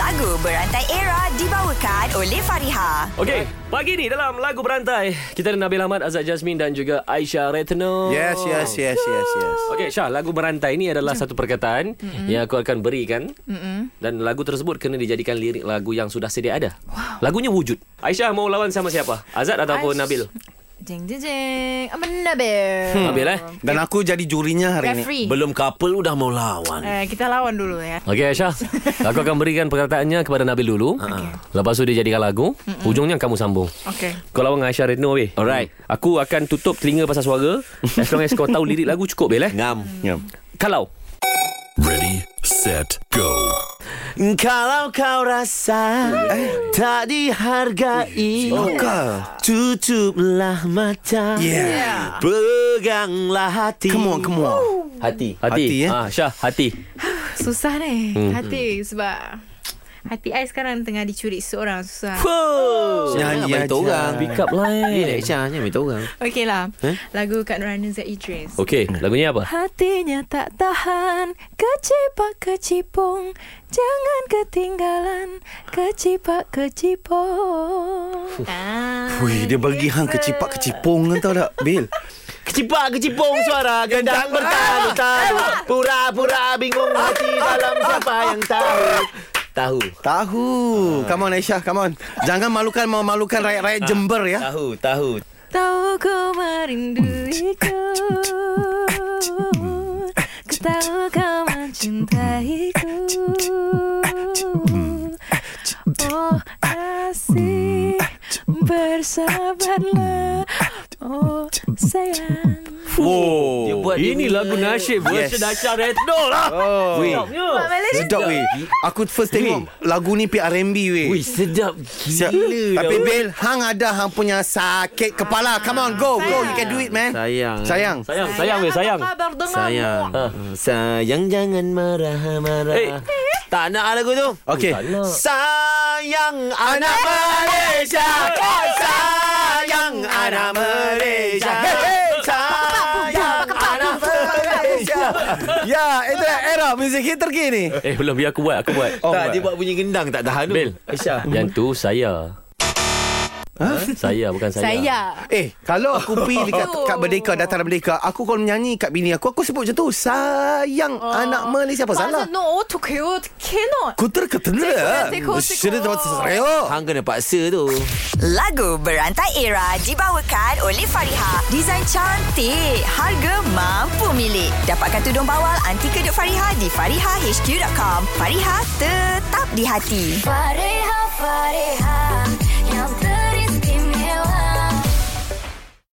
Lagu Berantai Era dibawakan oleh Fariha. Okey, pagi ni dalam lagu berantai kita ada Nabil Ahmad, Azad Jasmine dan juga Aisyah Retno. Yes, yes, yes, yes, yes. Okey, Syah, lagu berantai ni adalah satu perkataan mm-hmm. yang aku akan berikan mm-hmm. dan lagu tersebut kena dijadikan lirik lagu yang sudah sedia ada. Wow. Lagunya wujud. Aisyah mau lawan sama siapa? Azad ataupun Aish- Nabil? Jeng jeng jeng. Amin Nabil. Nabil eh. Dan aku jadi jurinya Hmm. hari ini. Referee. Belum couple udah mau lawan. Eh, kita lawan dulu ya. Okey Aisyah, aku akan berikan perkataannya kepada Nabil dulu. Okay. Lepas tu dia jadikan lagu, Mm-mm. ujungnya kamu sambung. Okey. Kau lawan dengan Aisyah Retno weh. Alright. Hmm. Aku akan tutup telinga pasal suara. as long as kau tahu lirik lagu cukup Bil eh. Ngam. Ya. Kalau Ready, set, go. Kalau kau rasa Eh, tak dihargai, Oh, kau. tutuplah mata. Yeah. Peganglah hati. Come on, come on. Hati. hati, Hati, eh? ah Syah hati. Susah ni hmm. hati sebab hati I sekarang tengah dicuri seorang susah. Fuh. Nyanyi Jangan aja. beritahu orang. Pick up line. Ah. Relax Syah, Eh, jangan beritahu orang. Okey lah. Eh? Lagu Kak Nurhana Z Idris. Oh. Okey, lagunya apa? Hatinya tak tahan Kecipak kecipung Jangan ketinggalan Kecipak kecipung ah, Wih, dia bagi hang kecipak kecipung kan tau tak, Bil? Kecipak kecipung suara gendang Ah. bertalu-talu Pura-pura bingung hati dalam siapa yang tahu Tahu Tahu. Come on, Aisyah, come on. Jangan malukan memalukan rakyat-rakyat Jember ya. Tahu, tahu Tahu ku merinduiku Ku tahu kau mencintaiku Oh kasih Bersabarlah Oh sayang Wow. Dia buat ini lagu nasyid version Yes. Aisyah Retno lah. Oh. Weh. Sedap weh. Aku first tengok lagu ni pi R&B weh. Wih, sedap Siap. gila. Tapi Bil, hang ada hang punya sakit kepala. Come on, go, go. You can do it, man. Eh, Sayang. Sayang. Sayang, sayang weh, sayang. Sayang Sayang jangan marah-marah Eh. Tak nak lagu tu Okay. Tak nak. Sayang anak Malaysia Sayang anak Malaysia Sayang anak Malaysia Ya, itu lah era muzik hit terkini. Eh, belum biar aku buat, aku buat. Oh, Tak, dia buat. buat bunyi gendang tak tahan tu eh. Bil. Aisyah Yang tu saya. Saya bukan saya. Saya Eh, kalau aku pergi dekat Oh. kat Merdeka, Dataran Merdeka, aku kalau menyanyi kat bini aku, aku sebut macam tu. Sayang Oh. anak Malaysia. Apa salah? 너 어떻게 어떻게 너 Ku terketena. Tekor, tekor, tekor. Sudah tempat saya. Hang kena paksa tu Lagu Berantai Era dibawakan oleh Fariha. Desain cantik, harga mampu milik. Dapatkan tudung bawal anti kedut Fariha di farihahq.com. Fariha tetap di hati. Fareja, fareja.